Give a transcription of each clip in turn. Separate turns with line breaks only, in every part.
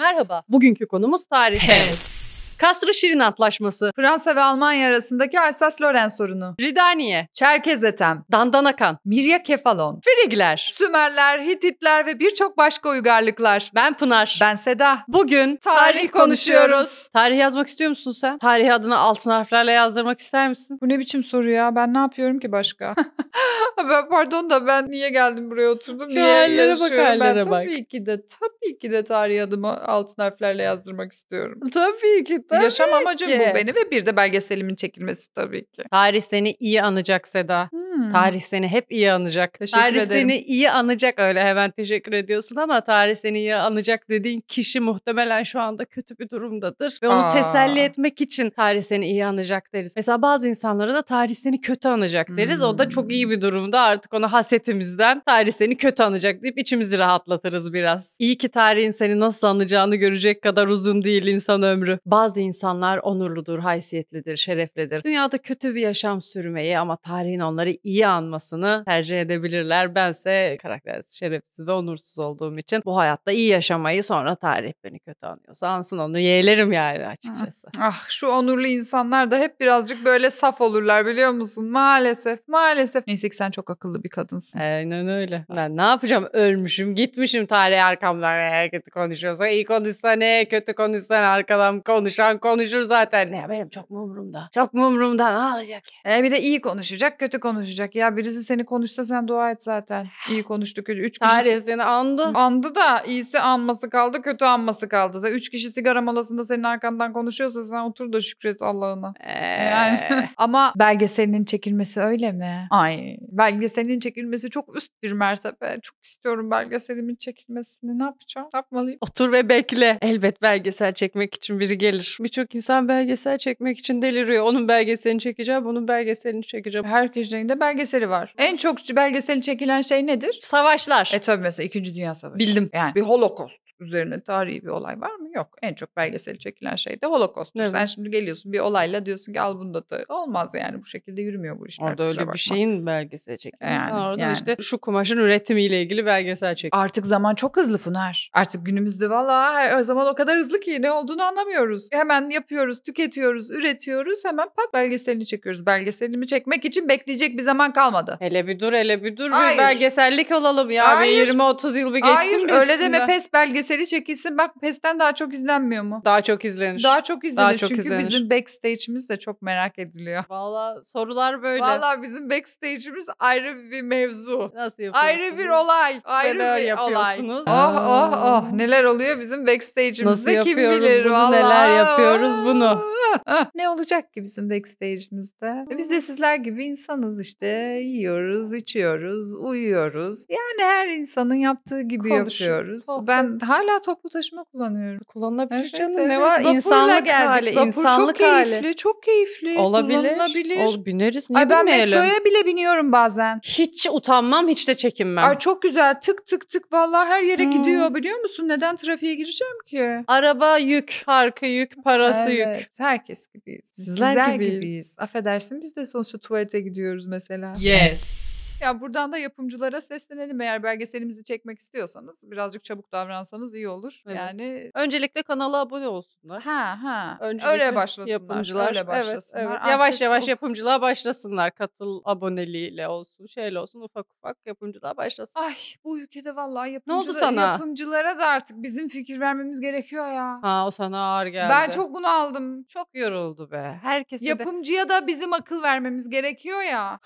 Merhaba. Bugünkü konumuz tarih. Kasr-ı Şirin Antlaşması,
Fransa ve Almanya arasındaki Alsas-Loren sorunu.
Ridaniye,
Çerkez Etem,
Dandanakan,
Mirya Kefalon,
Frigler.
Sümerler, Hititler ve birçok başka uygarlıklar.
Ben Pınar.
Ben Seda.
Bugün
Tarih konuşuyoruz.
Tarih yazmak istiyor musun sen? Tarih adına altın harflerle yazdırmak ister misin?
Bu ne biçim soru ya? Ben ne yapıyorum ki başka? ben pardon da ben niye geldim buraya oturdum?
Şu
niye
hallere bak,
yarışıyorum? Ben
hallere bak.
tabii ki de tabii ki de tarih adımı altın harflerle yazdırmak istiyorum.
Tabii ki.
Yaşam amacım
ki.
bu beni ve bir de belgeselimin çekilmesi tabii ki.
Tarih seni iyi anacak Seda.
Hmm.
Tarih seni hep iyi anacak.
Teşekkür
tarih
ederim.
seni iyi anacak öyle hemen teşekkür ediyorsun ama tarih seni iyi anacak dediğin kişi muhtemelen şu anda kötü bir durumdadır. Ve onu
Aa.
teselli etmek için tarih seni iyi anacak deriz. Mesela bazı insanlara da tarih seni kötü anacak deriz. O da çok iyi bir durumda artık ona hasetimizden tarih seni kötü anacak deyip içimizi rahatlatırız biraz. İyi ki tarihin seni nasıl anacağını görecek kadar uzun değil insan ömrü. Bazı insanlar onurludur, haysiyetlidir, şereflidir. Dünyada kötü bir yaşam sürmeyi ama tarihin onları iyi anmasını tercih edebilirler. Bense karaktersiz, şerefsiz ve onursuz olduğum için bu hayatta iyi yaşamayı sonra tarih beni kötü anıyorsa ansın onu yeğlerim yani açıkçası.
Ah şu onurlu insanlar da hep birazcık böyle saf olurlar biliyor musun? Maalesef maalesef. Neyse ki sen çok akıllı bir kadınsın.
Aynen öyle. Ben ne yapacağım? Ölmüşüm, gitmişim tarih arkamdan. Ee, kötü konuşuyorsa iyi konuşsa ne, kötü konuşsa ne, arkadan konuşan konuşur zaten. Ne benim çok mu umurumda? Çok mu umurumda? Ne olacak? ki?
E bir de iyi konuşacak kötü konuşacak. Ya birisi seni konuşsa sen dua et zaten. İyi konuştu kötü. Üç kişi
Tarih seni andı.
andı da iyisi anması kaldı kötü anması kaldı. Sen üç kişi sigara molasında senin arkandan konuşuyorsa sen otur da şükret Allah'ına.
Ee, E.
Yani.
Yani.
Ama belgeselinin çekilmesi öyle mi? Ay belgeselinin çekilmesi çok üst bir mertebe. Çok istiyorum belgeselimin çekilmesini. Ne yapacağım? Ne yapmalıyım?
Otur ve bekle. Elbet belgesel çekmek için biri gelir. Birçok insan belgesel çekmek için deliriyor. Onun belgeselini çekeceğim, bunun belgeselini çekeceğim.
Her köşenin de belgeseli var. En çok belgeseli çekilen şey nedir?
Savaşlar.
E tabii mesela 2. Dünya Savaşı.
Bildim.
Yani bir holokost üzerine tarihi bir olay var mı? Yok. En çok belgeseli çekilen şey de holokost.
Evet.
Sen şimdi geliyorsun bir olayla diyorsun ki al bunu da da. Olmaz yani bu şekilde yürümüyor bu işler.
Orada
kusura
öyle
bakma.
bir şey şeyin belgeseli çekilmiş. Sen
Yani,
orada
yani.
işte şu kumaşın üretimiyle ilgili belgesel çek.
Artık zaman çok hızlı Pınar. Artık günümüzde valla her her zaman o kadar hızlı ki ne olduğunu anlamıyoruz. Hemen yapıyoruz, tüketiyoruz, üretiyoruz. Hemen pat belgeselini çekiyoruz. Belgeselini çekmek için bekleyecek bir zaman kalmadı.
Hele bir dur hele bir dur
Hayır.
bir belgesellik olalım ya.
Hayır.
Bir 20-30 yıl bir geçsin.
Hayır
de
öyle
üstünden.
deme PES belgeseli çekilsin. Bak PES'ten daha çok izlenmiyor mu?
Daha çok izlenir.
Daha çok izlenir
çok
çünkü
izlenir.
bizim backstage'imiz de çok merak ediliyor.
Valla sorular böyle.
Valla bizim backstage'imiz ayrı bir mevzu.
Nasıl yapıyorsunuz?
Ayrı bir olay. Ayrı
Neler
bir olay.
yapıyorsunuz? Hmm.
Oh oh oh neler oluyor bizim
Nasıl
backstage'imizde kim
yapıyoruz
bilir
bunu,
vallahi. Ah,
neler yapıyoruz bunu?
ne olacak ki bizim backstage'imizde? E Biz de sizler gibi insanız işte. Yiyoruz, içiyoruz, uyuyoruz. Yani her insanın yaptığı gibi
Konuşuyoruz,
yapıyoruz.
sohbet.
Ben hala toplu taşıma kullanıyorum.
Kullanılabilir
Evet,
canım
evet.
ne var?
Vapurla
İnsanlık
geldik.
hali.
Vapur
insanlık
çok keyifli,
hali.
çok keyifli.
Olabilir.
Kullanılabilir.
Ol, bineriz niye
Ay ben
binmeyelim?
metroya bile biniyorum bazen.
Hiç utanmam hiç de çekinmem.
Ay çok güzel. Tık tık tık vallahi her yere
Hmm.
gidiyor biliyor musun? Neden trafiğe gireceğim ki?
Araba yük, parkı yük, parası yük.
Evet, herkes gibiyiz.
Sizler gibiyiz.
Affedersin biz de sonuçta tuvalete gidiyoruz mesela.
Yes.
Ya buradan da yapımcılara seslenelim eğer belgeselimizi çekmek istiyorsanız birazcık çabuk davransanız iyi olur.
Evet.
Yani
Öncelikle kanala abone olsunlar.
ha ha
Öncelikle
öyle başlasınlar.
Yapımcılar.
Öyle başlasınlar.
Evet, evet.
Artık
Yavaş yavaş
of.
yapımcılığa başlasınlar. Katıl aboneliğiyle olsun, şeyle olsun ufak ufak yapımcılığa başlasın.
Ay bu ülkede vallahi
Ne oldu
yapımcıla-
sana?
yapımcılara da artık bizim fikir vermemiz gerekiyor ya.
Ha o sana ağır geldi.
ben çok bunu aldım.
çok yoruldu be. Herkese de
Yapımcıya da bizim akıl vermemiz gerekiyor ya.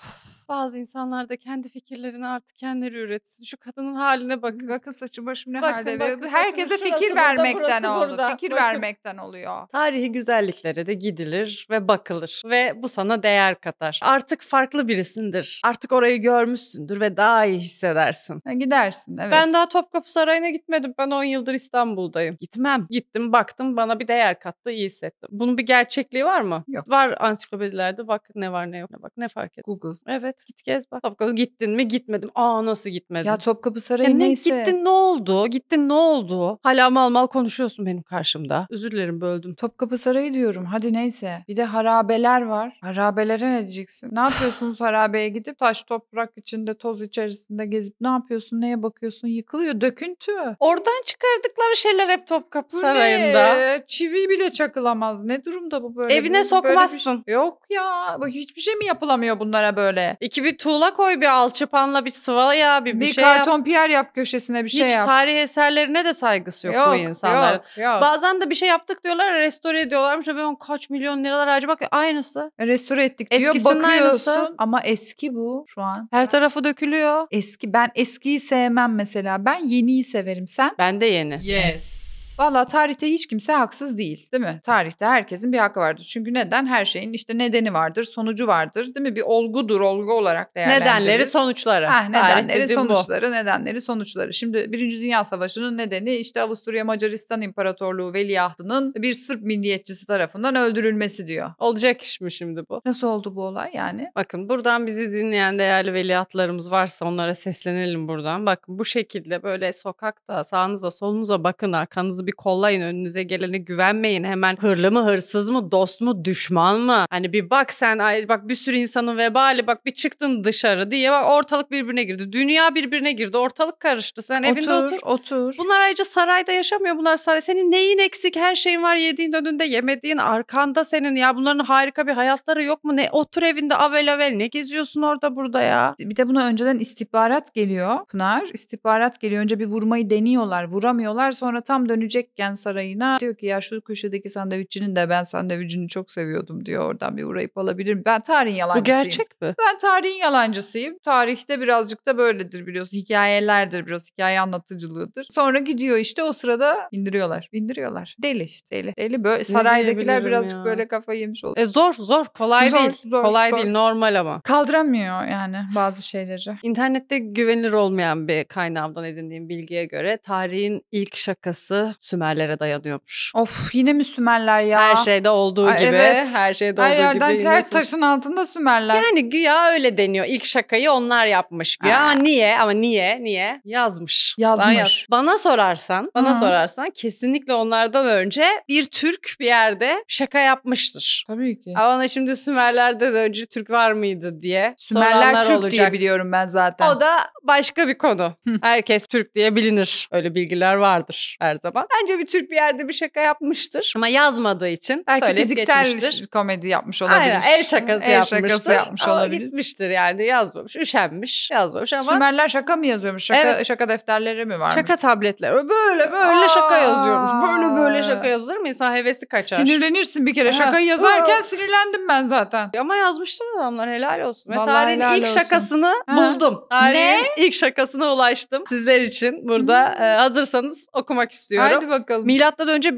bazı insanlar da kendi fikirlerini artık kendileri üretsin. Şu kadının haline bakın.
Bakın saçı başım ne
Bakın,
halde.
bakın,
ve Herkese
saçımın şurası
fikir
burada,
vermekten
burası
oldu.
burada.
Fikir
Bakın.
vermekten oluyor.
Tarihi güzelliklere de gidilir ve bakılır ve bu sana değer katar. Artık farklı birisindir. Artık orayı görmüşsündür ve daha iyi hissedersin.
Ha, E, Gidersin evet.
Ben daha Topkapı Sarayı'na gitmedim. Ben 10 yıldır İstanbul'dayım. Gitmem. Gittim baktım bana bir değer kattı iyi hissettim. Bunun bir gerçekliği var mı?
Yok.
Var ansiklopedilerde bak ne var ne yok ne bak ne fark et.
Google.
Evet
Evet.
Git gez bak. Topkapı gittin mi? Gitmedim. Aa nasıl gitmedim?
Ya Topkapı
Ya
Sarayı
ne
neyse.
gittin ne oldu? Gittin ne oldu? Hala mal mal konuşuyorsun benim karşımda. Özür dilerim böldüm.
Topkapı Sarayı diyorum. Hadi neyse. Bir de harabeler var. Harabelere ne diyeceksin? Ne yapıyorsunuz harabeye gidip taş toprak içinde toz içerisinde gezip ne yapıyorsun? Neye bakıyorsun? Yıkılıyor döküntü.
Oradan çıkardıkları şeyler hep Topkapı
Bu
Sarayı'nda.
ne? Çivi bile çakılamaz. Ne durumda bu böyle?
Evine
Bu- böyle bir
sokmazsın.
şey- Yok ya. Bu hiçbir şey mi yapılamıyor bunlara böyle?
İki bir tuğla koy bir alçıpanla bir sıva ya bir,
Bir,
bir, şey yap.
karton piyer yap köşesine bir şey
Hiç
yap.
tarih eserlerine de saygısı yok, bu insanların.
Yok, yok.
Bazen de bir şey yaptık diyorlar restore ediyorlarmış. Ben on kaç milyon liralar harcamak aynısı.
Restore ettik diyor.
Eskisinin
bakıyorsun.
aynısı.
Ama eski bu şu an.
Her tarafı dökülüyor.
Eski ben eskiyi sevmem mesela. Ben yeniyi severim sen.
Ben de yeni.
Yes.
Valla tarihte hiç kimse haksız değil değil mi? Tarihte herkesin bir hakkı vardır. Çünkü neden? Her şeyin işte nedeni vardır, sonucu vardır değil mi? Bir olgudur, olgu olarak değerlendirir.
Nedenleri sonuçları.
Ah,
Tarih
nedenleri
dediğim bu.
sonuçları, nedenleri sonuçları. Şimdi Birinci Dünya Savaşı'nın nedeni işte Avusturya Macaristan İmparatorluğu veliahtının bir Sırp milliyetçisi tarafından öldürülmesi diyor.
Olacak iş mi şimdi bu?
Nasıl oldu bu olay yani?
Bakın buradan bizi dinleyen değerli veliahtlarımız varsa onlara seslenelim buradan. Bakın bu şekilde böyle sokakta sağınıza solunuza bakın arkanızı bir kollayın önünüze gelene güvenmeyin. Hemen hırlı mı hırsız mı dost mu düşman mı? Hani bir bak sen ay bak bir sürü insanın vebali bak bir çıktın dışarı diye bak ortalık birbirine girdi. Dünya birbirine girdi ortalık karıştı sen evinde otur.
otur, otur.
Bunlar ayrıca sarayda yaşamıyor. Bunlar saray. Senin neyin eksik? Her şeyin var. Yediğin önünde, yemediğin arkanda senin. Ya bunların harika bir hayatları yok mu? Ne otur evinde avel avel. Ne geziyorsun orada burada ya?
Bir de buna önceden istihbarat geliyor Pınar. İstihbarat geliyor. Önce bir vurmayı deniyorlar. Vuramıyorlar. Sonra tam dönecekken sarayına diyor ki ya şu köşedeki sandviççinin de ben sandviçini çok seviyordum diyor. Oradan bir uğrayıp alabilirim. Ben tarihin
Bu
yalancısıyım.
gerçek mi?
Ben tarihin yalancısıyım. Tarihte birazcık da böyledir biliyorsun. Hikayelerdir biraz. Hikaye anlatıcılığıdır. Sonra gidiyor işte o sırada indiriyorlar. İndiriyorlar. Deli işte deli. Deli böyle. Saraydakiler
diyebilirim
birazcık
ya?
böyle kafayı yemiş oldu.
E zor zor kolay
Zor,
değil.
zor,
kolay
zor.
değil normal ama.
Kaldıramıyor yani bazı şeyleri.
İnternette güvenilir olmayan bir kaynağımdan edindiğim bilgiye göre tarihin ilk şakası Sümerlere dayanıyormuş.
Of yine mi Sümerler ya?
Her şeyde olduğu
Ay,
gibi,
evet.
her şeyde
Her
olduğu
yerden
gibi.
her
yine Sümer-
taşın altında Sümerler.
Yani güya öyle deniyor. İlk şakayı onlar yapmış güya.
Ha.
Ama niye? Ama niye? Niye? Yazmış.
Yazmış.
Ben yaz- Bana sorarsan, bana
Hı.
sorarsan kesinlikle onlardan önce bir Türk bir yerde şaka yapmıştır.
Tabii ki.
Ama bana şimdi Sümerler'den önce Türk var mıydı diye
Sümerler
soranlar
Türk
olacak.
diye biliyorum ben zaten.
O da başka bir konu.
Hı.
Herkes Türk diye bilinir. Öyle bilgiler vardır her zaman. Bence bir Türk bir yerde bir şaka yapmıştır. Ama yazmadığı için
Belki
söyleyip
fiziksel
geçmiştir.
komedi yapmış olabilir.
Aynen el şakası
El
yapmıştır.
şakası yapmış
ama
olabilir.
gitmiştir yani yazmamış, üşenmiş, yazmamış ama
Sümerler şaka mı yazıyormuş? Şaka,
Evet.
şaka defterleri mi varmış?
şaka tabletler. Böyle böyle şaka
Aa.
yazıyormuş. Böyle böyle şaka yazılır mı? İnsan hevesi kaçar.
Sinirlenirsin bir kere.
Ha.
Şakayı yazarken sinirlendim ben zaten.
Ama yazmışlar adamlar helal olsun. Ve
Vallahi
tarihin
helal
ilk
olsun.
şakasını
Ha.
buldum. Tarihin ilk şakasına ulaştım. Sizler için burada
Hmm.
e, hazırsanız okumak istiyorum.
Haydi bakalım.
Milattan önce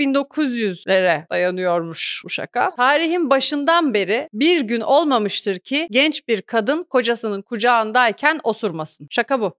1900'lere dayanıyormuş bu şaka. Tarihin başından beri bir gün olmamıştır ki genç bir kadın kocasının kucağındayken osurmasın. Şaka bu.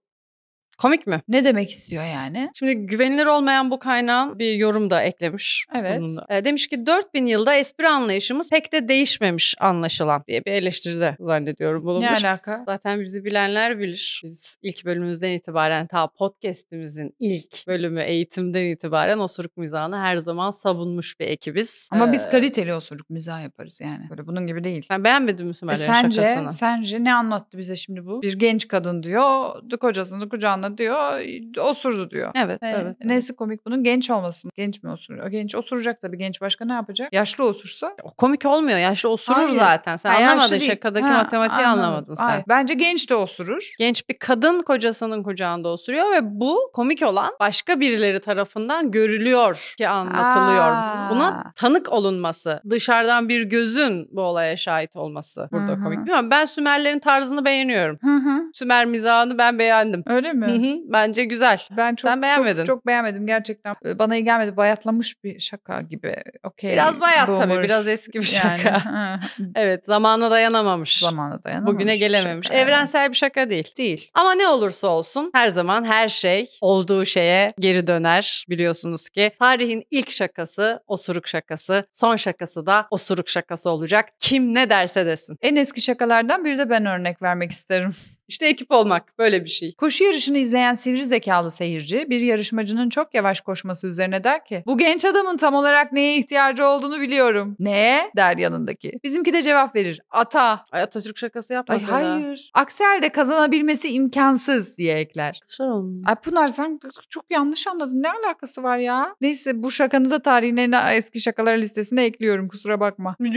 Komik mi?
ne demek istiyor yani?
Şimdi güvenilir olmayan bu kaynağın bir yorum da eklemiş.
Evet.
bununla. E, Demiş ki 4000 yılda espri anlayışımız pek de değişmemiş anlaşılan diye bir eleştiride zannediyorum bulunmuş.
Ne alaka?
Zaten bizi bilenler bilir. Biz ilk bölümümüzden itibaren ta podcast'imizin ilk bölümü eğitimden itibaren osuruk mizahını her zaman savunmuş bir ekibiz.
Ama
Ee,
biz kaliteli osuruk mizah yaparız yani. Böyle bunun gibi değil.
Sen beğenmedin mi
E
Sümerlerin
sence
şakasını?
sence ne anlattı bize şimdi bu? Bir genç kadın diyor, kocasını kucağına diyor, osurdu diyor.
Evet,
E,
evet. evet.
Nesi komik bunun? Genç olması mı? Genç mi osuruyor? Genç osuracak tabii. Genç başka ne yapacak? Yaşlı osursa?
O Komik olmuyor. Yaşlı osurur
Hayır.
zaten. Sen
Ha, yaşlı
anlamadın
değil.
şakadaki
Ha,
matematiği
anladım.
anlamadın sen.
Hayır, Bence genç de osurur.
Genç bir kadın kocasının kucağında osuruyor ve bu komik olan başka birileri tarafından görülüyor ki anlatılıyor.
Aa.
Buna tanık olunması, dışarıdan bir gözün bu olaya şahit olması burada
Hı hı.
komik. Bilmiyorum ben Sümerlerin tarzını beğeniyorum.
Hı hı.
Sümer mizahını ben beğendim.
Öyle mi?
hı, bence güzel.
Ben çok,
Sen beğenmedin.
Çok, çok beğenmedim gerçekten. Ee, Bana iyi gelmedi. Bayatlamış bir şaka gibi. Okey.
Biraz bayat tabii
boomer.
biraz eski bir
Yani,
şaka.
hı,
Evet zamana dayanamamış.
Zamana dayanamamış.
Bugüne
bir
gelememiş.
şaka yani.
Evrensel bir şaka değil.
değil.
Ama ne olursa olsun her zaman her şey olduğu şeye geri döner. Biliyorsunuz ki tarihin ilk şakası osuruk şakası, son şakası da osuruk şakası olacak. Kim ne derse desin.
En eski şakalardan bir de ben örnek vermek isterim.
İşte ekip olmak böyle bir şey.
Koşu yarışını izleyen sivri zekalı seyirci bir yarışmacının çok yavaş koşması üzerine der ki bu genç adamın tam olarak neye ihtiyacı olduğunu biliyorum. Neye? der yanındaki. Bizimki de cevap verir. Ata.
Ay Atatürk şakası
Ay
yapmasın
hayır. Aksel de kazanabilmesi imkansız diye ekler. Ay Pınar sen çok yanlış anladın. Ne alakası var ya? Neyse bu şakanı da tarihin en eski şakalar listesine ekliyorum. Kusura bakma. Ne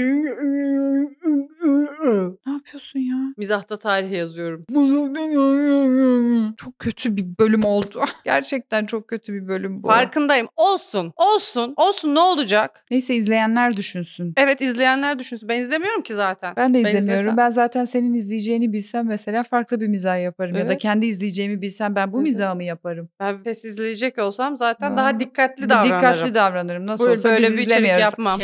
yapıyorsun ya?
Mizahta tarih yazıyorum.
Çok kötü bir bölüm oldu. Gerçekten çok kötü bir bölüm bu.
Farkındayım. Olsun. Olsun. Olsun ne olacak?
Neyse izleyenler düşünsün.
Evet izleyenler düşünsün. Ben izlemiyorum ki zaten.
Ben de
Ben
izlemiyorum. Ben,
izlesem.
zaten senin izleyeceğini bilsem mesela farklı bir mizah yaparım. Ya da
Evet.
kendi izleyeceğimi bilsem ben bu
Evet.
mizahımı yaparım.
Ben pes izleyecek olsam zaten
Ya.
daha dikkatli davranırım.
Dikkatli davranırım. Nasıl
Böyle,
olsa
böyle
biz
bir içerik
izlemiyoruz.
yapmam.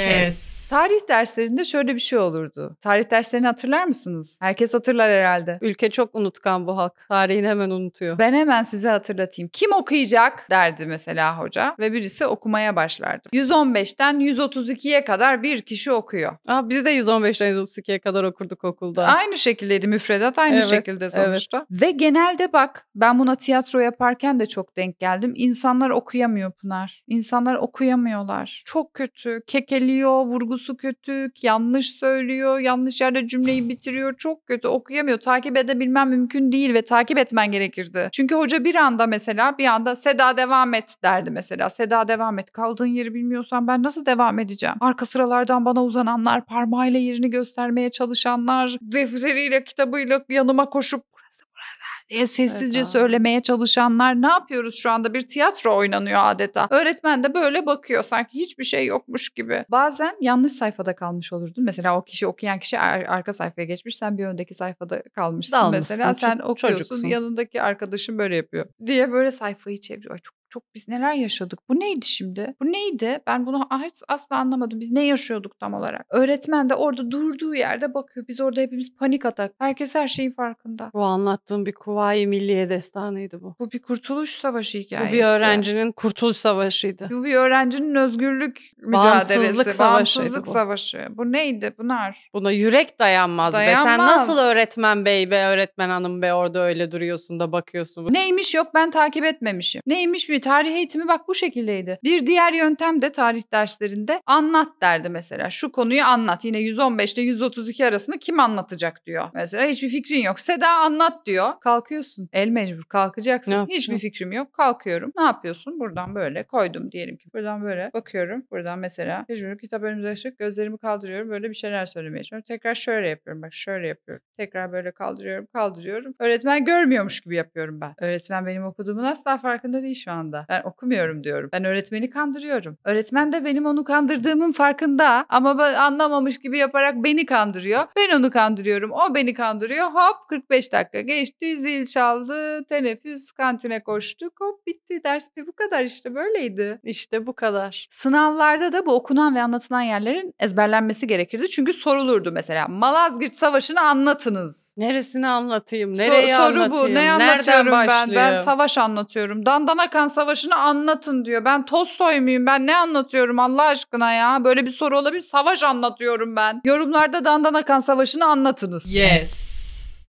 Tarih derslerinde şöyle bir şey olurdu. Tarih derslerini hatırlar mısınız? Herkes hatırlar herhalde.
Ülke çok unutkan bu halk. Tarihini hemen unutuyor.
Ben hemen size hatırlatayım. Kim okuyacak derdi mesela hoca ve birisi okumaya başlardı. 115'ten 132'ye kadar bir kişi okuyor.
Aa, biz Ah, de 115'ten 132'ye kadar okurduk okulda.
Aynı şekildeydi müfredat aynı
Evet,
şekilde sonuçta. Ve genelde bak ben buna tiyatro yaparken de çok denk geldim. İnsanlar okuyamıyor Pınar. İnsanlar okuyamıyorlar. Çok kötü. Kekeliyor, vurgusu kötü, yanlış söylüyor, yanlış yerde cümleyi bitiriyor. Çok kötü. Okuyamıyor. Takip edebilmem mümkün değil ve takip etmen gerekirdi. Çünkü hoca bir anda mesela bir anda Seda devam et derdi mesela. Seda devam et. Kaldığın yeri bilmiyorsan ben nasıl devam edeceğim? Arka sıralardan bana uzananlar, parmağıyla yerini göstermeye çalışanlar, defteriyle, kitabıyla yanıma koşup "Burası burada" diye E, sessizce
Evet, abi.
söylemeye çalışanlar ne yapıyoruz şu anda bir tiyatro oynanıyor adeta. Öğretmen de böyle bakıyor sanki hiçbir şey yokmuş gibi. Bazen yanlış sayfada kalmış olurdun. Mesela o kişi okuyan kişi ar- arka sayfaya geçmiş sen bir öndeki sayfada kalmışsın
Dalmışsın,
mesela sen
ço-
okuyorsun
çocuksun.
yanındaki arkadaşın böyle yapıyor diye böyle sayfayı çeviriyor. Ay çok çok biz neler yaşadık? Bu neydi şimdi? Bu neydi? Ben bunu a- hiç asla anlamadım. Biz ne yaşıyorduk tam olarak? Öğretmen de orada durduğu yerde bakıyor. Biz orada hepimiz panik atak. Herkes her şeyin farkında.
Bu anlattığım bir Kuvayi Milliye destanıydı bu.
Bu bir kurtuluş savaşı hikayesi.
Bu bir öğrencinin kurtuluş savaşıydı.
Bu bir öğrencinin özgürlük
Bağımsızlık
mücadelesi.
savaşıydı
Bağımsızlık
bu.
savaşı. Bu neydi Pınar?
Buna yürek dayanmaz, be. Sen
Dayanmaz.
nasıl öğretmen bey be, öğretmen hanım be orada öyle duruyorsun da bakıyorsun.
Neymiş yok ben takip etmemişim. Neymiş bir tarih eğitimi bak bu şekildeydi. Bir diğer yöntem de tarih derslerinde anlat derdi mesela. Şu konuyu anlat. Yine 115 ile 132 arasında kim anlatacak diyor. Mesela hiçbir fikrin yok. Seda anlat diyor. Kalkıyorsun. El mecbur kalkacaksın.
Ne yapayım?
hiçbir fikrim yok. Kalkıyorum. Ne yapıyorsun? Buradan böyle koydum diyelim ki. Buradan böyle bakıyorum. Buradan mesela mecbur kitap önümüze açık. Gözlerimi kaldırıyorum. Böyle bir şeyler söylemeye çalışıyorum. Tekrar şöyle yapıyorum. Bak şöyle yapıyorum. Tekrar böyle kaldırıyorum. Kaldırıyorum. Öğretmen görmüyormuş gibi yapıyorum ben. Öğretmen benim okuduğumun asla farkında değil şu anda. Ben okumuyorum diyorum. Ben öğretmeni kandırıyorum. Öğretmen de benim onu kandırdığımın farkında ama ben anlamamış gibi yaparak beni kandırıyor. Ben onu kandırıyorum. O beni kandırıyor. Hop 45 dakika geçti. Zil çaldı. Teneffüs kantine koştuk. Hop bitti. Ders bir bu kadar işte böyleydi.
İşte bu kadar.
Sınavlarda da bu okunan ve anlatılan yerlerin ezberlenmesi gerekirdi. Çünkü sorulurdu mesela Malazgirt Savaşı'nı anlatınız.
Neresini anlatayım?
So-
Nereye
soru
anlatayım?
bu. Ne
Nereden
anlatıyorum ben? Ben
başlayayım?
savaş anlatıyorum. Dandanakan Savaşı'nı anlatın diyor. Ben Tolstoy muyum? Ben ne anlatıyorum Allah aşkına ya? Böyle bir soru olabilir. Savaş anlatıyorum ben. Yorumlarda Dandanakan Savaşı'nı anlatınız.
Yes.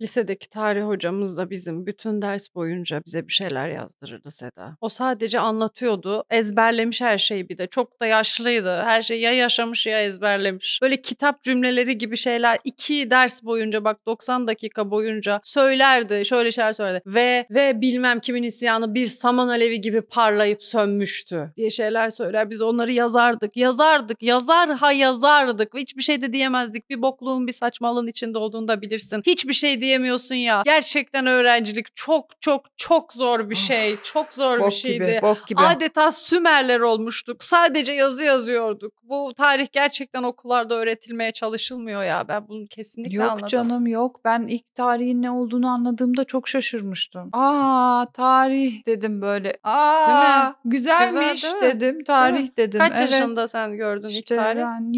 Lisedeki tarih hocamız da bizim bütün ders boyunca bize bir şeyler yazdırırdı Seda. O sadece anlatıyordu. Ezberlemiş her şeyi bir de. Çok da yaşlıydı. Her şeyi ya yaşamış ya ezberlemiş. Böyle kitap cümleleri gibi şeyler iki ders boyunca bak 90 dakika boyunca söylerdi. Şöyle şeyler söylerdi. Ve ve bilmem kimin isyanı bir saman alevi gibi parlayıp sönmüştü diye şeyler söyler. Biz onları yazardık. Yazardık. Yazar ha yazardık. Hiçbir şey de diyemezdik. Bir bokluğun bir saçmalığın içinde olduğunu da bilirsin. Hiçbir şey diyemiyorsun ya. Gerçekten öğrencilik çok çok çok zor bir şey. Çok zor bir
Ah, Bok
şeydi.
gibi, bok gibi.
Adeta Sümerler olmuştuk. Sadece yazı yazıyorduk. Bu tarih gerçekten okullarda öğretilmeye çalışılmıyor ya. Ben bunu kesinlikle
yok
anladım.
canım yok. Ben ilk tarihin ne olduğunu anladığımda çok şaşırmıştım. Aa tarih dedim böyle. Aa güzelmiş
Güzel, değil mi?
dedim. Tarih dedim.
Kaç
evet.
yaşında sen gördün
İşte
ilk tarih?
ben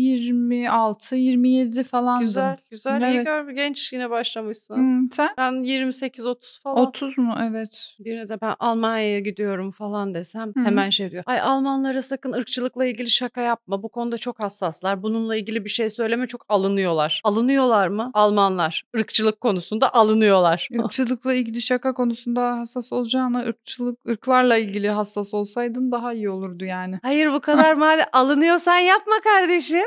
26 27 falandım.
Güzel, güzel. İyi
Evet.
gör, genç yine başlamışsın.
Hmm, sen?
Ben 28-30 falan.
30 mu? Evet.
Birine de ben Almanya'ya gidiyorum falan desem
Hı.
hemen şey diyor. Ay Almanlara sakın ırkçılıkla ilgili şaka yapma. Bu konuda çok hassaslar. Bununla ilgili bir şey söyleme çok alınıyorlar. Alınıyorlar mı? Almanlar ırkçılık konusunda alınıyorlar.
Irkçılıkla ilgili şaka konusunda hassas olacağına ırkçılık ırklarla ilgili hassas olsaydın daha iyi olurdu yani.
Hayır bu kadar mal alınıyorsan yapma kardeşim.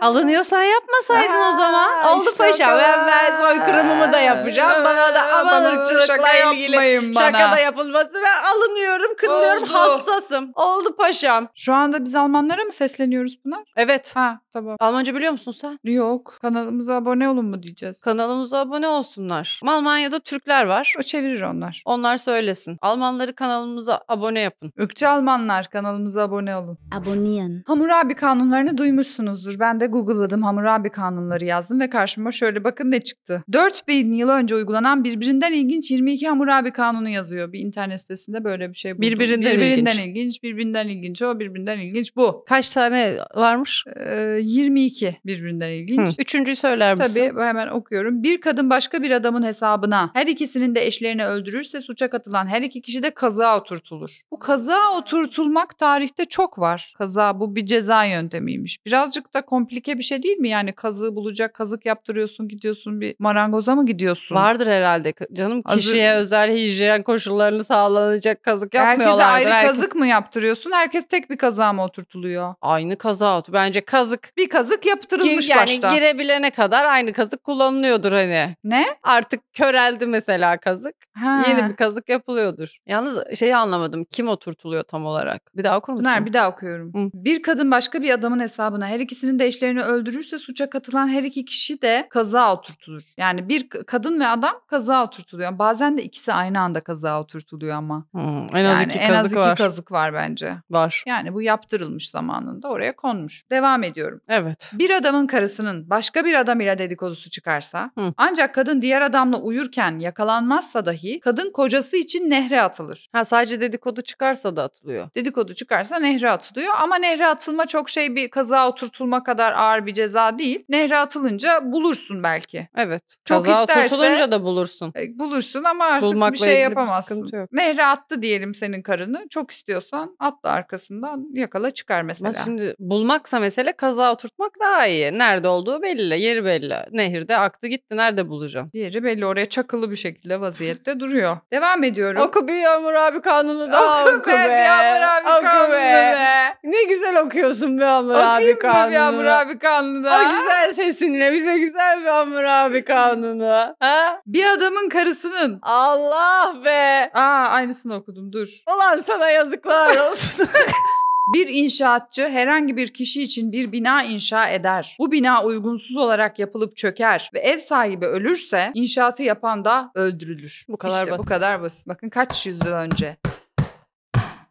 Alınıyorsan yapmasaydın o zaman.
Aa,
Oldu
işte o
paşa. Ben, ben
kadar. Ee,
soykırımımı da yapacağım. Bana da aman
Bana
ırkçılıkla
şaka
ilgili
yapmayın
şaka
bana.
da yapılması ve alınıyorum, kınıyorum,
Oldu.
hassasım. Oldu paşam.
Şu anda biz Almanlara mı sesleniyoruz Pınar?
Evet.
Ha tamam.
Almanca biliyor musun sen?
Yok. Kanalımıza abone olun mu diyeceğiz.
Kanalımıza abone olsunlar. Almanya'da Türkler var.
O çevirir onlar.
Onlar söylesin. Almanları kanalımıza abone yapın.
Ökçe Almanlar kanalımıza abone olun.
abonnieren,
Hammurabi kanunlarını duymuşsunuzdur. Ben de Google'ladım Hammurabi kanunları yazdım ve karşıma şöyle bakın ne çıktı. 4000 yıl önce uygulanan birbirinden ilginç 22 Hammurabi kanunu yazıyor. Bir internet sitesinde böyle bir şey buldum.
Birbirinden
birbirinden
ilginç.
ilginç. birbirinden ilginç, o birbirinden ilginç bu.
Kaç tane varmış?
Ee, 22 birbirinden ilginç.
Üçüncüyü söyler misin?
Tabii hemen okuyorum. Bir kadın başka bir adamın hesabına her ikisinin de eşlerini öldürürse suça katılan her iki kişi de kazığa oturtulur. Bu
Hmm.
kazığa oturtulmak tarihte çok var. Kaza bu bir ceza yöntemiymiş. Birazcık da komplike bir şey değil mi? Yani kazığı bulacak kazık yaptırıyorsun gidiyorsun bir marangoza mı gidiyorsun?
Vardır herhalde k- canım.
Hazır-
Kişiye özel hijyen koşullarını sağlanacak kazık
Herkese
yapmıyorlardır.
ayrı
Herkes-
kazık mı yaptırıyorsun? Herkes tek bir kazığa mı oturtuluyor?
Aynı kaza otu. Bence kazık.
Bir kazık yaptırılmış
Gir- yani
başta.
girebilene kadar aynı kazık kullanılıyordur hani.
Ne?
Artık köreldi mesela kazık.
Ha.
Yeni bir kazık yapılıyordur. Yalnız şeyi anlamadım. Kim oturtuluyor tam olarak? Bir daha okur musun?
Pınar bir daha okuyorum.
Hı.
Bir kadın başka bir adamın hesabına her ikisinin de eşlerini öldürürse suça katılan her iki kişi de kaza oturtulur. Yani bir k- kadın ve adam kaza oturtuluyor. Bazen de ikisi aynı anda kaza oturtuluyor ama.
Hmm, en az
yani
iki
en az
kazık
iki
var.
kazık var bence.
var.
Yani bu yaptırılmış zamanında oraya konmuş. Devam ediyorum.
Evet.
Bir adamın karısının başka bir adam ile dedikodusu çıkarsa
Hı.
ancak kadın diğer adamla uyurken yakalanmazsa dahi kadın kocası için nehre atılır.
Ha sadece dedikodu çıkarsa da atılıyor.
dedikodu çıkarsa nehre atılıyor. Ama nehre atılma çok şey bir kaza oturtulma kadar ağır bir ceza değil. Nehre atılınca bulursun belki.
Evet.
Çok
Kaza
isterse-
oturtulunca da bulursun.
E, Bulursun ama artık
Bulmakla
bir
ilgili
şey
bir
yapamazsın.
sıkıntı yok.
Nehre attı diyelim senin karını. Çok istiyorsan atla arkasından yakala çıkar mesela.
Ama şimdi bulmaksa mesele kaza oturtmak daha iyi. Nerede olduğu belli, yeri belli. Nehirde aktı gitti. Nerede bulacağım?
Diğeri belli oraya çakılı bir şekilde vaziyette duruyor. Devam ediyorum.
Oku bir Yağmur abi kanunu da
Oku be, bir Yağmur abi kanunu be.
Ne güzel okuyorsun bir Yağmur abi
Okuyayım mı
kanunu.
bir Yağmur abi kanunu da?
O güzel sesinle bize güzel bir Yağmur abi kanunu. Ha?
Bir adamın karısının.
Allah be.
Aa aynısını okudum dur.
Ulan sana yazıklar olsun.
Bir inşaatçı herhangi bir kişi için bir bina inşa eder. Bu bina uygunsuz olarak yapılıp çöker ve ev sahibi ölürse inşaatı yapan da öldürülür.
Bu kadar
işte,
basit.
Bu kadar basit. Bakın kaç yüzyıl önce.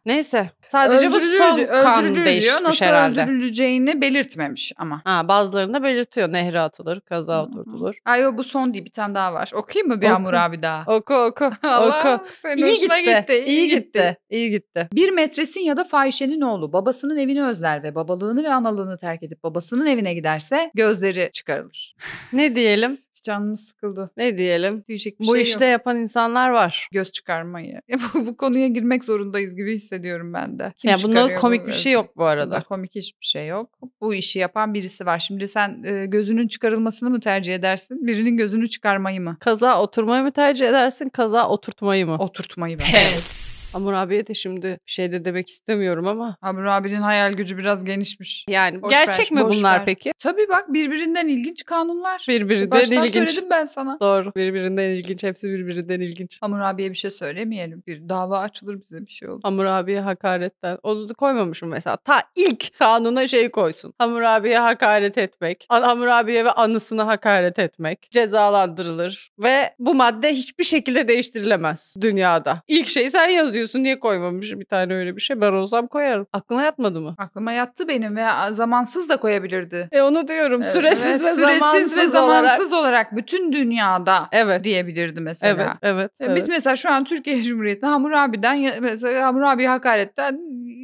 Neyse. Sadece bu
Öldürülür-
son
öldürülür
kanun
diyor.
değişmiş
Nasıl
herhalde.
öldürüleceğini belirtmemiş ama.
Ha, bazılarında belirtiyor. Nehre atılır, kaza oturtulur.
Ay yo, bu son değil bir tane daha var. Okuyayım mı bir
Oku.
Amur abi daha?
Oku oku
Allah
oku.
senin
İyi
hoşuna
gitti. İyi gitti. İyi gitti.
Bir metresin ya da fahişenin oğlu babasının evini özler ve babalığını ve analığını terk edip babasının evine giderse gözleri çıkarılır.
Ne diyelim?
Canımız sıkıldı.
Ne diyelim?
Diyecek bir
Bu
şey
işte
yok.
yapan insanlar var.
Göz çıkarmayı. bu, bu konuya girmek zorundayız gibi hissediyorum ben de. Kim
ya bunda
çıkarıyor
komik
bunu?
bir şey yok bu
Bunda
arada.
komik hiçbir şey yok. Bu işi yapan birisi var. Şimdi sen e, gözünün çıkarılmasını mı tercih edersin? Birinin gözünü çıkarmayı mı?
Kaza oturmayı mı tercih edersin, kaza oturtmayı mı?
Oturtmayı ben.
Pes.
Amur abiye de şimdi bir şey de demek istemiyorum ama.
Amur abinin hayal gücü biraz genişmiş.
Yani
Boş
gerçek
ver,
mi
boş
bunlar
ver.
peki?
Tabii bak birbirinden ilginç kanunlar.
Birbirinden
Baştan
ilginç. ilginç.
söyledim ben sana.
Doğru. Birbirinden ilginç. Hepsi birbirinden ilginç.
Hammurabi'ye bir şey söylemeyelim. Bir dava açılır bize bir şey olur.
Hammurabi'ye hakaretten. Onu da koymamışım mesela. Ta ilk kanuna şey koysun. Hammurabi'ye hakaret etmek. An- Hammurabi'ye ve anısına hakaret etmek. Cezalandırılır. Ve bu madde hiçbir şekilde değiştirilemez dünyada. İlk şeyi sen yazıyorsun. Niye koymamış bir tane öyle bir şey? Ben olsam koyarım. Aklına yatmadı mı?
Aklıma yattı benim ve zamansız da koyabilirdi.
E onu diyorum.
Evet,
Süresiz, ve,
süresiz
zamansız
ve
olarak.
zamansız olarak, bütün dünyada
Evet.
diyebilirdi mesela.
Evet, evet,
Ya E,
evet.
Biz mesela şu an Türkiye Cumhuriyeti'nde Hammurabi'den ya- mesela Hammurabi hakaretten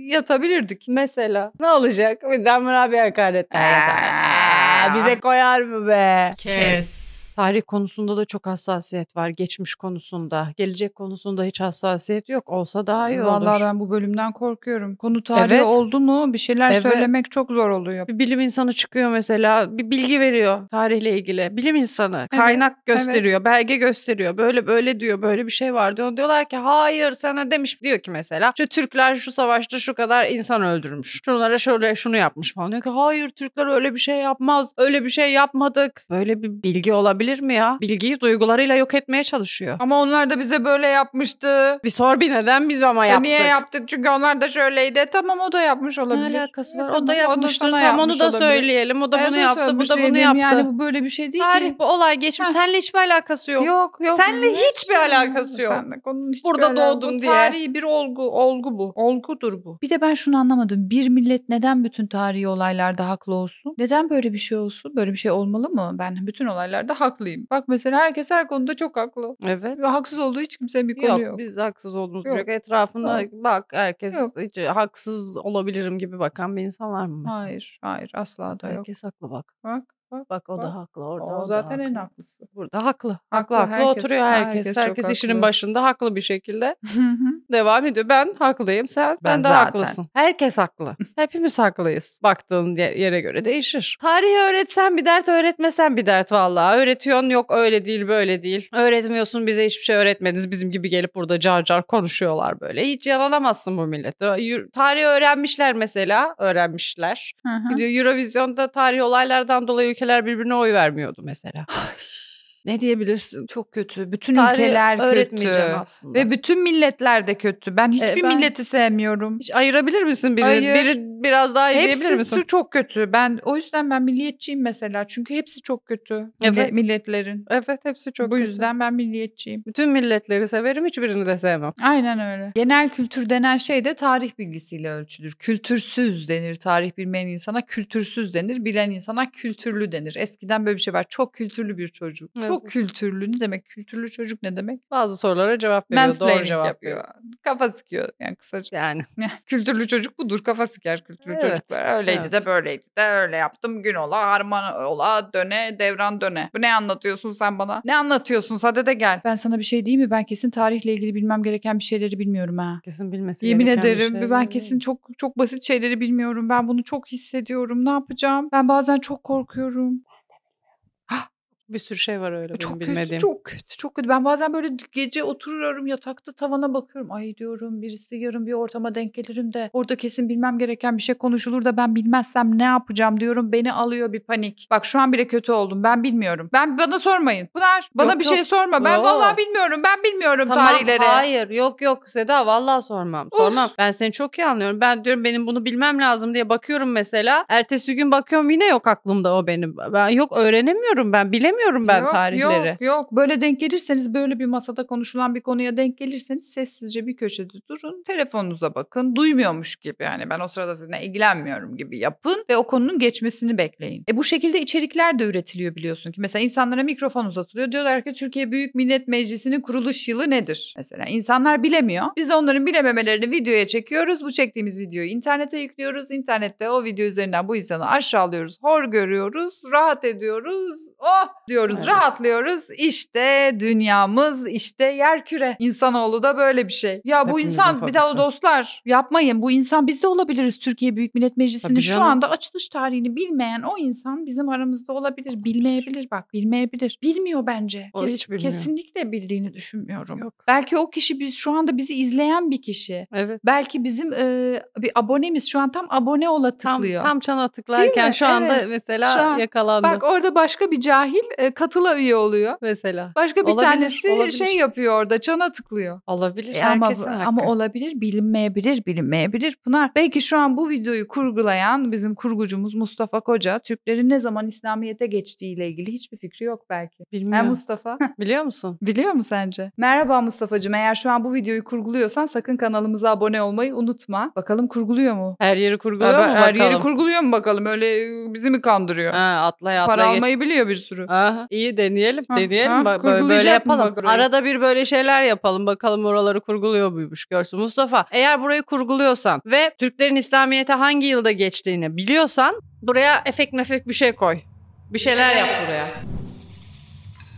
yatabilirdik.
Mesela ne olacak? Bir Damra bir hakaret.
Aa.
Bize koyar mı be?
Kes.
Tarih konusunda da çok hassasiyet var. Geçmiş konusunda. Gelecek konusunda hiç hassasiyet yok. Olsa daha iyi
Vallahi
olur.
ben bu bölümden korkuyorum. Konu tarihi
Evet.
oldu mu bir şeyler
Evet.
söylemek çok zor oluyor.
Bir bilim insanı çıkıyor mesela. Bir bilgi veriyor tarihle ilgili. Bilim insanı. Kaynak gösteriyor. Belge gösteriyor. Böyle böyle diyor. Böyle bir şey var diyor. Diyorlar ki hayır sana demiş. Diyor ki mesela. İşte Türkler şu savaşta şu kadar insan öldürmüş. Şunlara şöyle şunu yapmış falan. Diyor ki hayır Türkler öyle bir şey yapmaz. Öyle bir şey yapmadık. Böyle bir bilgi olabilir mi ya? Bilgiyi duygularıyla yok etmeye çalışıyor.
Ama onlar da bize böyle yapmıştı.
Bir sor bir neden biz ama
Ya
yaptık.
E, Niye yaptık? Çünkü onlar da şöyleydi. E, Tamam o da yapmış
Ne
olabilir.
alakası
Ya
var?
tamam,
o da yapmıştır.
sana
tamam
yapmış
onu da
olabilir.
söyleyelim. O da
Evet,
bunu
o
yaptı. Bu
söylemiş
da bunu
diyelim.
yaptı.
Yani bu böyle bir şey değil
Tarih
ki.
bu olay geçmiş.
Heh.
Seninle hiçbir alakası yok.
Yok yok.
Seninle
bunun
hiçbir alakası yok.
Seninle konunun hiçbir
Burada
alakası-
doğdum
bu
diye.
Tarihi bir olgu. Olgu bu. Olgudur bu. Bir de ben şunu anlamadım. Bir millet neden bütün tarihi olaylarda haklı olsun? Neden böyle bir şey olsun? Böyle bir şey olmalı mı? Ben bütün olaylarda haklıyım. Bak mesela herkes her konuda çok haklı.
Evet.
Ve haksız olduğu hiç kimsenin bir konu
Yok,
yok.
biz haksız olduğumuz
Yok.
yok. Etrafında bak herkes
Yok.
hiç haksız olabilirim gibi bakan bir insan var mı mesela?
Hayır. Hayır. Asla da yok.
Herkes haklı bak.
Bak. Bak.
Bak o
Bak.
da haklı orada.
o
da
zaten en
haklı.
haklısı.
Burada haklı. Haklı
Haklı,
haklı
herkes-
oturuyor herkes.
herkes
Herkes,
çok
işinin
haklı.
başında haklı bir şekilde devam ediyor. Ben haklıyım sen ben,
Ben
de
zaten.
haklısın. Herkes haklı. Hepimiz haklıyız. Baktığın ye- yere göre değişir. Tarihi öğretsen bir dert öğretmesen bir dert vallahi. Öğretiyorsun yok öyle değil böyle değil. Öğretmiyorsun bize hiçbir şey öğretmediniz. Bizim gibi gelip burada car car konuşuyorlar böyle. Hiç yalanamazsın bu millete. Yür- Tarihi öğrenmişler mesela. Öğrenmişler.
Hı hı.
Gidiyor Eurovision'da tarihi olaylardan dolayı ülkeler birbirine oy vermiyordu mesela. ne diyebilirsin?
Çok kötü. Bütün
Tarihi
ülkeler kötü.
öğretmeyeceğim aslında. E,
Ve bütün milletler de kötü. Ben hiçbir
ben-
milleti sevmiyorum.
Hiç ayırabilir misin birini?
Hayır.
Biri biraz daha iyi şey diyebilir
Hepsi
misin?
su çok kötü. Ben o yüzden ben milliyetçiyim mesela. Çünkü hepsi çok kötü.
Evet.
Mille- milletlerin.
Evet hepsi çok
Bu
kötü.
yüzden ben milliyetçiyim.
Bütün milletleri severim hiçbirini de sevmem.
Aynen öyle. Genel kültür denen şey de tarih bilgisiyle ölçülür. Kültürsüz denir. Tarih bilmeyen insana kültürsüz denir. Bilen insana kültürlü denir. Eskiden böyle bir şey var. Çok kültürlü bir çocuk.
Evet.
Çok kültürlü ne demek? Kültürlü çocuk ne demek?
Bazı sorulara cevap veriyor. Doğru
Mansplaining
cevap
yapıyor.
veriyor.
Kafa sıkıyor yani kısaca.
Yani
kültürlü çocuk budur kafa siker kültürlü
Evet,
çocuklar. Öyleydi de
evet.
böyleydi de öyle yaptım gün ola harman ola döne devran döne. Bu ne anlatıyorsun sen bana? Ne anlatıyorsun hadi de gel. Ben sana bir şey diyeyim mi? Ben kesin tarihle ilgili bilmem gereken bir şeyleri bilmiyorum ha.
kesin bilmesi
Yemin
gereken bir
ederim
şey
ben
değil.
kesin çok çok basit şeyleri bilmiyorum. Ben bunu çok hissediyorum. Ne yapacağım? Ben bazen çok korkuyorum.
Bir sürü şey var öyle
E, çok
çok
kötü,
bilmediğim.
çok kötü, çok kötü. Ben bazen böyle gece oturuyorum yatakta tavana bakıyorum. Ay diyorum birisi yarın bir ortama denk gelirim de orada kesin bilmem gereken bir şey konuşulur da ben bilmezsem ne yapacağım diyorum. Beni alıyor bir panik. Bak şu an bile kötü oldum. Ben bilmiyorum. Ben bana sormayın. Pınar bana
Yok,
bir
yok.
şey sorma. Ben
Yo.
vallahi bilmiyorum. Ben bilmiyorum
Tamam
tarihleri.
hayır yok yok Seda vallahi sormam.
Of.
Sormam. Ben seni çok iyi anlıyorum. Ben diyorum benim bunu bilmem lazım diye bakıyorum mesela. Ertesi gün bakıyorum yine yok aklımda o benim. Ben yok öğrenemiyorum ben bilemiyorum ben
Yok,
tarihleri.
Yok yok böyle denk gelirseniz böyle bir masada konuşulan bir konuya denk gelirseniz sessizce bir köşede durun telefonunuza bakın duymuyormuş gibi yani ben o sırada sizinle ilgilenmiyorum gibi yapın ve o konunun geçmesini bekleyin. E bu şekilde içerikler de üretiliyor biliyorsun ki mesela insanlara mikrofon uzatılıyor diyorlar ki Türkiye Büyük Millet Meclisi'nin kuruluş yılı nedir? Mesela insanlar bilemiyor biz de onların bilememelerini videoya çekiyoruz bu çektiğimiz videoyu internete yüklüyoruz internette o video üzerinden bu insanı aşağılıyoruz hor görüyoruz rahat ediyoruz oh diyoruz
Evet.
rahatlıyoruz İşte dünyamız işte yer küre insanoğlu da böyle bir şey ya bu
Hepimizin
insan bir daha
fabrikası.
dostlar yapmayın bu insan biz de olabiliriz Türkiye Büyük Millet Meclisi'nin
Tabii
şu
canım.
anda açılış tarihini bilmeyen o insan bizim aramızda olabilir bilmeyebilir bak bilmeyebilir bilmiyor bence
O hiç bilmiyor.
kesinlikle bildiğini düşünmüyorum
Yok.
belki o kişi biz şu anda bizi izleyen bir kişi
Evet.
Belki bizim e, bir abonemiz şu an tam abone ola
Tam,
tıklıyor.
tam çana tıklarken şu anda
Evet.
mesela
Şu an.
yakalandı.
Bak orada başka bir cahil e, katıla üye oluyor.
Mesela.
Başka bir
Olabilir,
tanesi
olabilir.
şey yapıyor orada çana tıklıyor.
Olabilir.
E ama
herkesin hakkı.
ama olabilir, bilinmeyebilir, bilinmeyebilir Pınar. Belki şu an bu videoyu kurgulayan bizim kurgucumuz Mustafa Koca, Türklerin ne zaman İslamiyet'e geçtiğiyle ilgili hiçbir fikri yok belki. Hem
Bilmiyorum.
Mustafa
Biliyor musun?
biliyor mu sence? Merhaba Mustafa'cığım eğer şu an bu videoyu kurguluyorsan sakın kanalımıza abone olmayı unutma. Bakalım kurguluyor mu?
Her yeri kurguluyor mu
Ha, her
bakalım?
yeri kurguluyor mu bakalım? Öyle bizi mi kandırıyor?
Ha, atlaya atlaya.
Para
geç-
almayı biliyor bir sürü.
Aha, iyi deneyelim
Ha,
deneyelim
ha,
Bak, böyle, böyle
kurgulayacak mı
yapalım.
bakalım?
Arada bir böyle şeyler yapalım bakalım oraları kurguluyor muymuş görsün. Mustafa eğer burayı kurguluyorsan ve Türklerin İslamiyet'e hangi yılda geçtiğini biliyorsan buraya efek mefek bir şey koy. Bir şeyler yap buraya.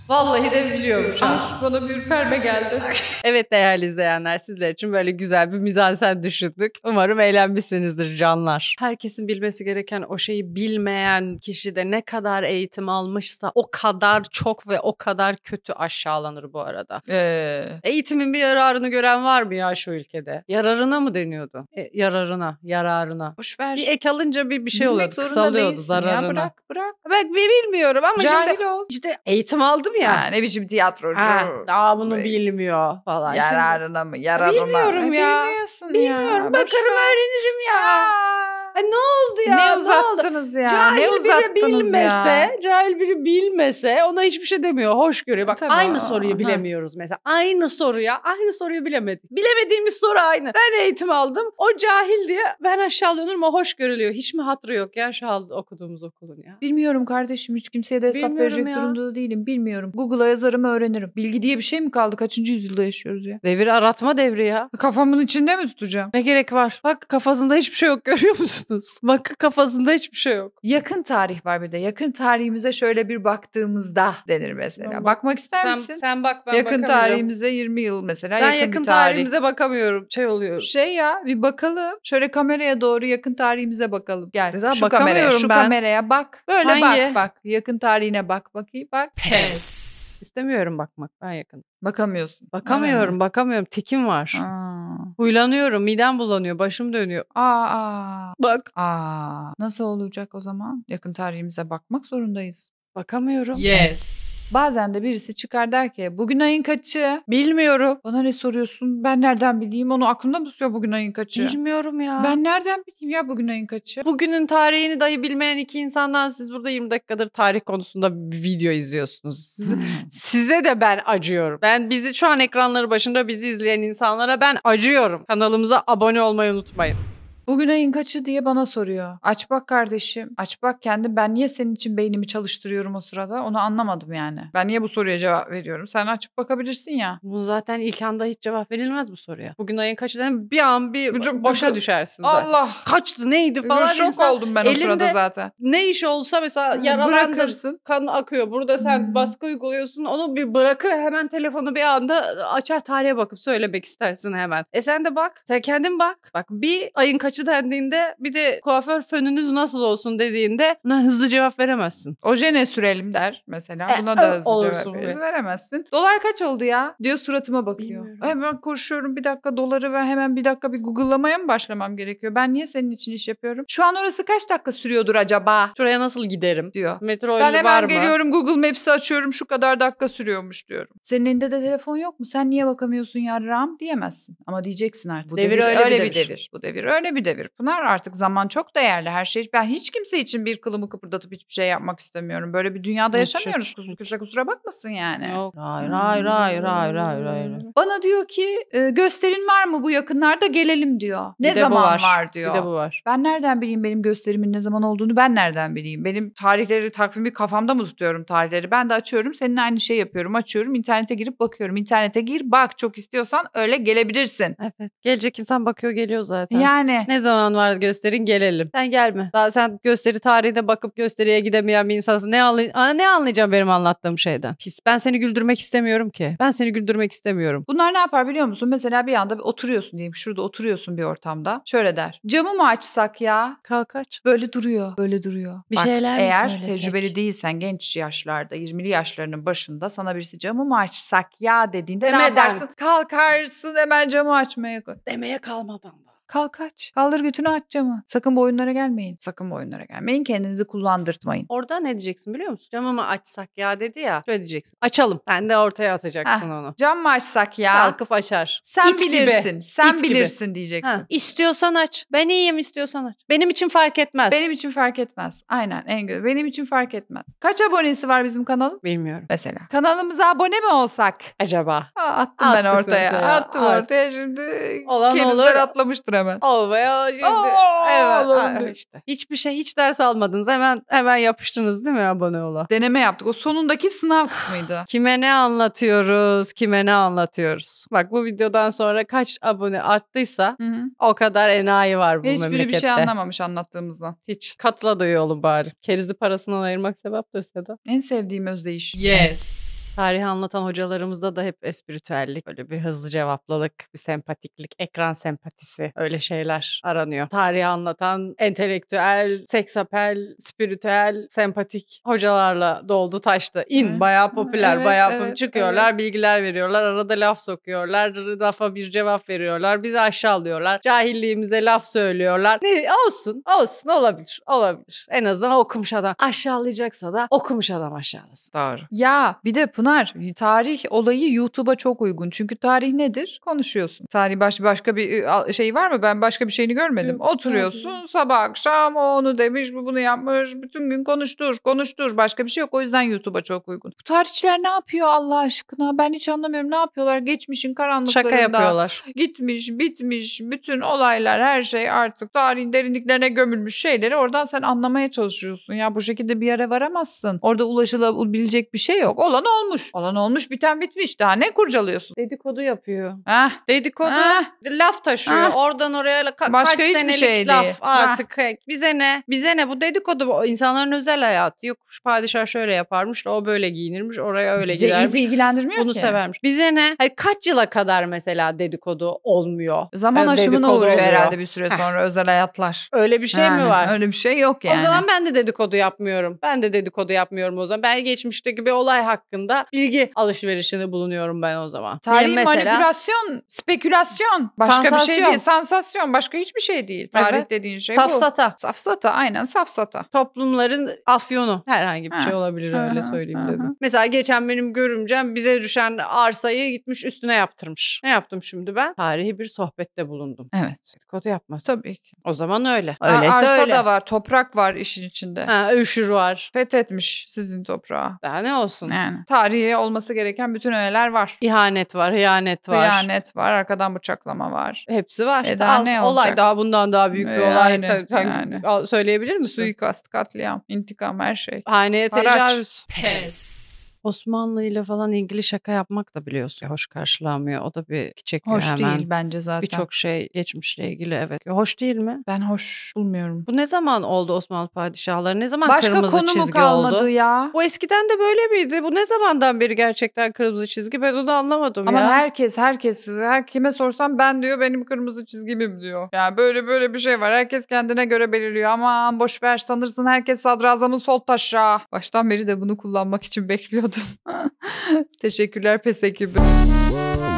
Vallahi de biliyormuş ha.
Ah, bana bir ürperme geldi.
Evet değerli izleyenler sizler için böyle güzel bir mizansen düşündük. Umarım eğlenmişsinizdir canlar. Herkesin bilmesi gereken o şeyi bilmeyen kişi de ne kadar eğitim almışsa o kadar çok ve o kadar kötü aşağılanır bu arada.
Ee,
Eğitimin bir yararını gören var mı ya şu ülkede? Yararına mı deniyordu? E, yararına, yararına.
boş ver.
Bir ek alınca bir, bir şey
Bilmek
oluyordu,
zorunda
kısalıyordu
değilsin ya,
zararına.
Bırak bırak.
Bak bir bilmiyorum ama
Cahil
şimdi
ol.
işte eğitim aldım ya.
Ya ne biçim tiyatrocu.
Ha, daha bunu
Ay.
bilmiyor falan. Şimdi-
yararına mı? Yararına.
Bilmiyorum
E,
ya.
Bilmiyorsun
Bilmiyorum
ya. Boş
bakarım
ver.
öğrenirim ya.
Aa,
Ay, ne oldu ya?
ne
oldu?
uzattınız ya?
Cahil
ne
biri
uzattınız
bilmese,
ya?
cahil biri bilmese ona hiçbir şey demiyor. Hoş görüyor. Bak
Tabii,
aynı
aa,
soruyu
ha.
bilemiyoruz mesela. Aynı soruya, aynı soruyu bilemedik. Bilemediğimiz soru aynı. Ben eğitim aldım. O cahil diye ben aşağılanırım o hoş görülüyor. Hiç mi hatırı yok ya şu an okuduğumuz okulun ya?
Bilmiyorum kardeşim hiç kimseye de hesap
Bilmiyorum
verecek
ya.
durumda da değilim. Bilmiyorum. Google'a yazarım öğrenirim. Bilgi diye bir şey mi kaldı? Kaçıncı yüzyılda yaşıyoruz ya?
Devir aratma devri ya.
Kafamın içinde mi tutacağım?
Ne gerek var? Bak kafasında hiçbir şey yok görüyor musunuz? Bak kafasında hiçbir şey yok.
Yakın tarih var bir de. Yakın tarihimize şöyle bir baktığımızda denir mesela.
Tamam.
Bakmak ister
Sen,
misin?
sen bak ben
yakın
bakamıyorum.
tarihimize 20 yıl mesela.
Ben
bir
yakın
tarih.
tarihimize bakamıyorum. Şey oluyor.
Şey ya bir bakalım. Şöyle kameraya doğru yakın tarihimize bakalım. Gel
Seda,
şu kameraya
bakamıyorum
şu
ben.
kameraya bak. Böyle
Hangi?
bak bak. Yakın tarihine bak bakayım bak.
İstemiyorum bakmak ben yakın.
Bakamıyorsun.
Bakamıyorum bakamıyorum. Tikim var.
Aa. Aa.
Huylanıyorum. Midem bulanıyor. Başım dönüyor.
Aa.
Bak.
Aa. Nasıl olacak o zaman? Yakın tarihimize bakmak zorundayız.
Bakamıyorum.
Yes.
Bazen de birisi çıkar der ki bugün ayın kaçı?
Bilmiyorum.
Bana ne soruyorsun? Ben nereden bileyim? Onu aklımda mı tutuyor bugün ayın kaçı?
Bilmiyorum ya.
Ben nereden bileyim ya bugün ayın kaçı?
Bugünün tarihini dahi bilmeyen iki insandan siz burada 20 dakikadır tarih konusunda video izliyorsunuz. Siz- size de ben acıyorum. Ben bizi şu an ekranları başında bizi izleyen insanlara ben acıyorum. Kanalımıza abone olmayı unutmayın.
Bugün ayın kaçı diye bana soruyor. Aç bak kardeşim. Aç bak kendi. Ben niye senin için beynimi çalıştırıyorum o sırada? Onu anlamadım yani. Ben niye bu soruya cevap veriyorum? Sen açıp bakabilirsin ya.
Bunu zaten ilk anda hiç cevap verilmez bu soruya. Bugün ayın kaçı denen bir an bir
Bütün-
boşa
bütün-
düşersin zaten.
Allah. şey
Kaçtı neydi falan.
Şok
insan-
oldum ben o sırada
elinde
zaten.
ne iş olsa mesela yaralandın
Bırakırsın.
kan akıyor. Burada sen
Hmm.
baskı uyguluyorsun. Onu bir bırakır hemen telefonu bir anda açar tarihe bakıp söylemek istersin hemen. E sen de bak. Sen kendin bak. Bak bir ayın kaçı dendiğinde bir de kuaför fönünüz nasıl olsun dediğinde buna hızlı cevap veremezsin.
Oje ne sürelim der mesela.
E,
Buna da
ö-
hızlı
olursun
cevap
be.
verir. veremezsin. Dolar kaç oldu ya? Diyor suratıma bakıyor.
Bilmiyorum.
Hemen koşuyorum bir dakika doları ve hemen bir dakika bir google'lamaya mı başlamam gerekiyor? Ben niye senin için iş yapıyorum? Şu an orası kaç dakika sürüyordur acaba?
Şuraya nasıl giderim?
diyor.
Metro
Ben
yolu var
hemen
mı?
geliyorum Google Maps'i açıyorum şu kadar dakika sürüyormuş diyorum. Senin elinde de telefon yok mu? Sen niye bakamıyorsun ya Ram diyemezsin. Ama diyeceksin artık. Bu
Devir öyle bir devir.
Bu devir öyle bir devir. Pınar artık zaman çok değerli her şey. Ben hiç kimse için bir kılımı kıpırdatıp hiçbir şey yapmak istemiyorum. Böyle bir dünyada
Hiç,
yaşamıyoruz.
hiç,
Kus-
hiç.
Kimse kusura bakmasın yani.
şey Yok. Hayır hayır hayır hayır hayır. hayır.
Bana diyor ki "E, gösterin var mı bu yakınlarda gelelim diyor. Ne
Bir de bu
zaman
var.
var.
Bir
diyor.
de bu var.
Ben nereden bileyim benim gösterimin ne zaman olduğunu ben nereden bileyim? Benim tarihleri takvimi kafamda mı tutuyorum tarihleri? Ben de açıyorum senin aynı şey yapıyorum açıyorum internete girip bakıyorum. İnternete gir bak çok istiyorsan öyle gelebilirsin.
Evet. Gelecek insan bakıyor geliyor zaten.
Yani
Ne zaman var gösterin gelelim. Sen gelme. Daha sen gösteri tarihine bakıp gösteriye gidemeyen bir insansın. Ne, anlay Aa, ne anlayacağım benim anlattığım şeyden? Pis. Ben seni güldürmek istemiyorum ki. Ben seni güldürmek istemiyorum.
bunlar ne yapar biliyor musun? Mesela bir anda bir oturuyorsun diyeyim şurada oturuyorsun bir ortamda. Şöyle der camı mı açsak ya?
Kalk aç.
Böyle duruyor böyle duruyor.
Bir
Bak,
şeyler mi
Eğer
söylesek?
tecrübeli değilsen genç yaşlarda 20'li yaşlarının başında sana birisi camı mı açsak ya dediğinde
Demeden.
ne yaparsın? Kalkarsın hemen camı açmaya koy.
Demeye kalmadan.
Kalk aç. Kaldır götünü aç camı. Sakın bu oyunlara gelmeyin. Sakın bu oyunlara gelmeyin. Kendinizi kullandırtmayın.
Orada ne diyeceksin biliyor musun? Camımı açsak ya dedi ya. Şöyle diyeceksin. Açalım. Sen de ortaya atacaksın onu.
Cam mı açsak ya?
Kalkıp açar.
Sen
İt gibi.
bilirsin. Sen
İt gibi.
bilirsin diyeceksin.
Ha, istiyorsan aç. Ben iyiyim istiyorsan aç. Benim için fark etmez.
Benim için fark etmez. Aynen en güzel. Benim için fark etmez. Kaç abonesi var bizim kanalın?
Bilmiyorum.
Mesela. Kanalımıza abone mi olsak?
Acaba?
Aa, attım ben
Attık
ortaya.
mesela.
Attım
At.
ortaya şimdi.
Olan
Kerizler
olur.
atlamıştır hemen.
Olmaya şimdi.
Oo,
evet.
olabilir.
ha, işte. Hiçbir şey hiç ders almadınız. Hemen hemen yapıştınız değil mi abone ola?
Deneme yaptık. O sonundaki sınav kısmıydı.
Kime ne anlatıyoruz? Kime ne anlatıyoruz? Bak bu videodan sonra kaç abone arttıysa
Hı hı.
o kadar enayi var bu
Ve hiçbiri bir
memlekette.
şey anlamamış anlattığımızdan.
Hiç katla da üye olun bari. Kerizi parasından ayırmak sebeptir Seda.
En sevdiğim özdeyiş.
Yes. Tarihi anlatan hocalarımızda da hep espritüellik, böyle bir hızlı cevaplılık, bir sempatiklik, ekran sempatisi öyle şeyler aranıyor. Tarihi anlatan entelektüel, seksapel, spiritüel, sempatik hocalarla doldu taştı. İn
Evet.
bayağı popüler,
Evet,
bayağı
evet,
pop- çıkıyorlar, bilgiler veriyorlar, arada laf sokuyorlar, lafa bir cevap veriyorlar, bizi aşağılıyorlar, cahilliğimize laf söylüyorlar. Ne olsun, olsun olabilir, olabilir. En azından okumuş adam aşağılayacaksa da okumuş adam aşağılasın.
Doğru. Ya bir de Pınar tarih olayı YouTube'a çok uygun. Çünkü tarih nedir? Konuşuyorsun. Tarih baş, başka bir e, a- şey var mı? Ben başka bir şeyini görmedim.
Yok,
Oturuyorsun sabah akşam o onu demiş bu bunu yapmış. Bütün gün konuştur konuştur. Başka bir şey yok. O yüzden YouTube'a çok uygun. Bu tarihçiler ne yapıyor Allah aşkına? Ben hiç anlamıyorum ne yapıyorlar? Geçmişin karanlıklarında.
Şaka yapıyorlar.
Gitmiş bitmiş bütün olaylar her şey artık tarihin derinliklerine gömülmüş şeyleri oradan sen anlamaya çalışıyorsun. Ya bu şekilde bir yere varamazsın. Orada ulaşılabilecek bir şey yok. Olan olmuş. Olan olmuş biten bitmiş. Daha ne kurcalıyorsun?
Dedikodu yapıyor.
Heh.
Dedikodu
heh.
laf taşıyor.
Ah.
Oradan oraya ka-
Başka
kaç
hiçbir
senelik
şey
laf
değil.
artık. Bize ne? Bize ne? Bu dedikodu bu insanların özel hayatı. Yok şu padişah şöyle yaparmış, o böyle giyinirmiş, oraya öyle
Bizi-
gidermiş.
bizi ilgilendirmiyor
Bunu
ki.
severmiş. Bize ne? Hayır, kaç yıla kadar mesela dedikodu olmuyor?
Zaman
Ha,
aşımına
dedikodu
uğruyor
oluyor.
herhalde bir süre
Heh.
sonra özel hayatlar.
Öyle bir şey mi
Ha,
var?
Öyle bir şey yok yani.
O zaman ben de dedikodu yapmıyorum. Ben de dedikodu yapmıyorum o zaman. Ben geçmişteki bir olay hakkında bilgi alışverişinde bulunuyorum ben o zaman.
Tarih
Benim mesela-
manipülasyon, spekülasyon. Başka bir şey
Sansasyon.
değil. Sansasyon. Başka hiçbir şey değil. Tarih
Evet.
dediğin şey bu.
Safsata.
Safsata aynen safsata.
Toplumların afyonu herhangi bir
Ha.
şey olabilir öyle
Aha,
söyleyeyim
aha.
dedim. Mesela geçen benim görümcem bize düşen arsayı gitmiş üstüne yaptırmış. Ne yaptım şimdi ben? Tarihi bir sohbette bulundum.
Evet.
Dedikodu yapmaz.
Tabii ki.
O zaman öyle.
Aa,
Öyleyse
Arsa
öyle.
da var, toprak var işin içinde.
Ha, öşür var.
Fethetmiş sizin toprağı.
Daha ne olsun?
Yani tarihe olması gereken bütün öğeler var.
İhanet var, hıyanet var.
Hıyanet var, arkadan bıçaklama var.
Hepsi var.
E daha
Al,
ne olacak?
Olay daha bundan daha büyük bir
E,
olay.
aynı,
sen, sen
yani.
al- söyleyebilir misin?
Suikast, katliam, intikam her şey.
Haneye
Haraç.
tecavüz. Osmanlı ile falan ilgili şaka yapmak da biliyorsun. Hoş karşılanmıyor. O da bir çekiyor
Hoş
hemen.
değil bence zaten.
Birçok şey geçmişle ilgili evet. Hoş değil mi?
Ben hoş bulmuyorum.
Bu ne zaman oldu Osmanlı padişahları? Ne zaman
Başka
kırmızı
konu mu
çizgi
kalmadı
oldu?
ya?
Bu eskiden de böyle miydi? Bu ne zamandan beri gerçekten kırmızı çizgi? Ben onu anlamadım
Ama
ya.
herkes herkes her kime sorsam ben diyor benim kırmızı çizgimim diyor. Yani böyle böyle bir şey var. Herkes kendine göre belirliyor. Aman boş ver sanırsın herkes sadrazamın sol taşa. Baştan beri de bunu kullanmak için bekliyordum. Teşekkürler pes ekibi.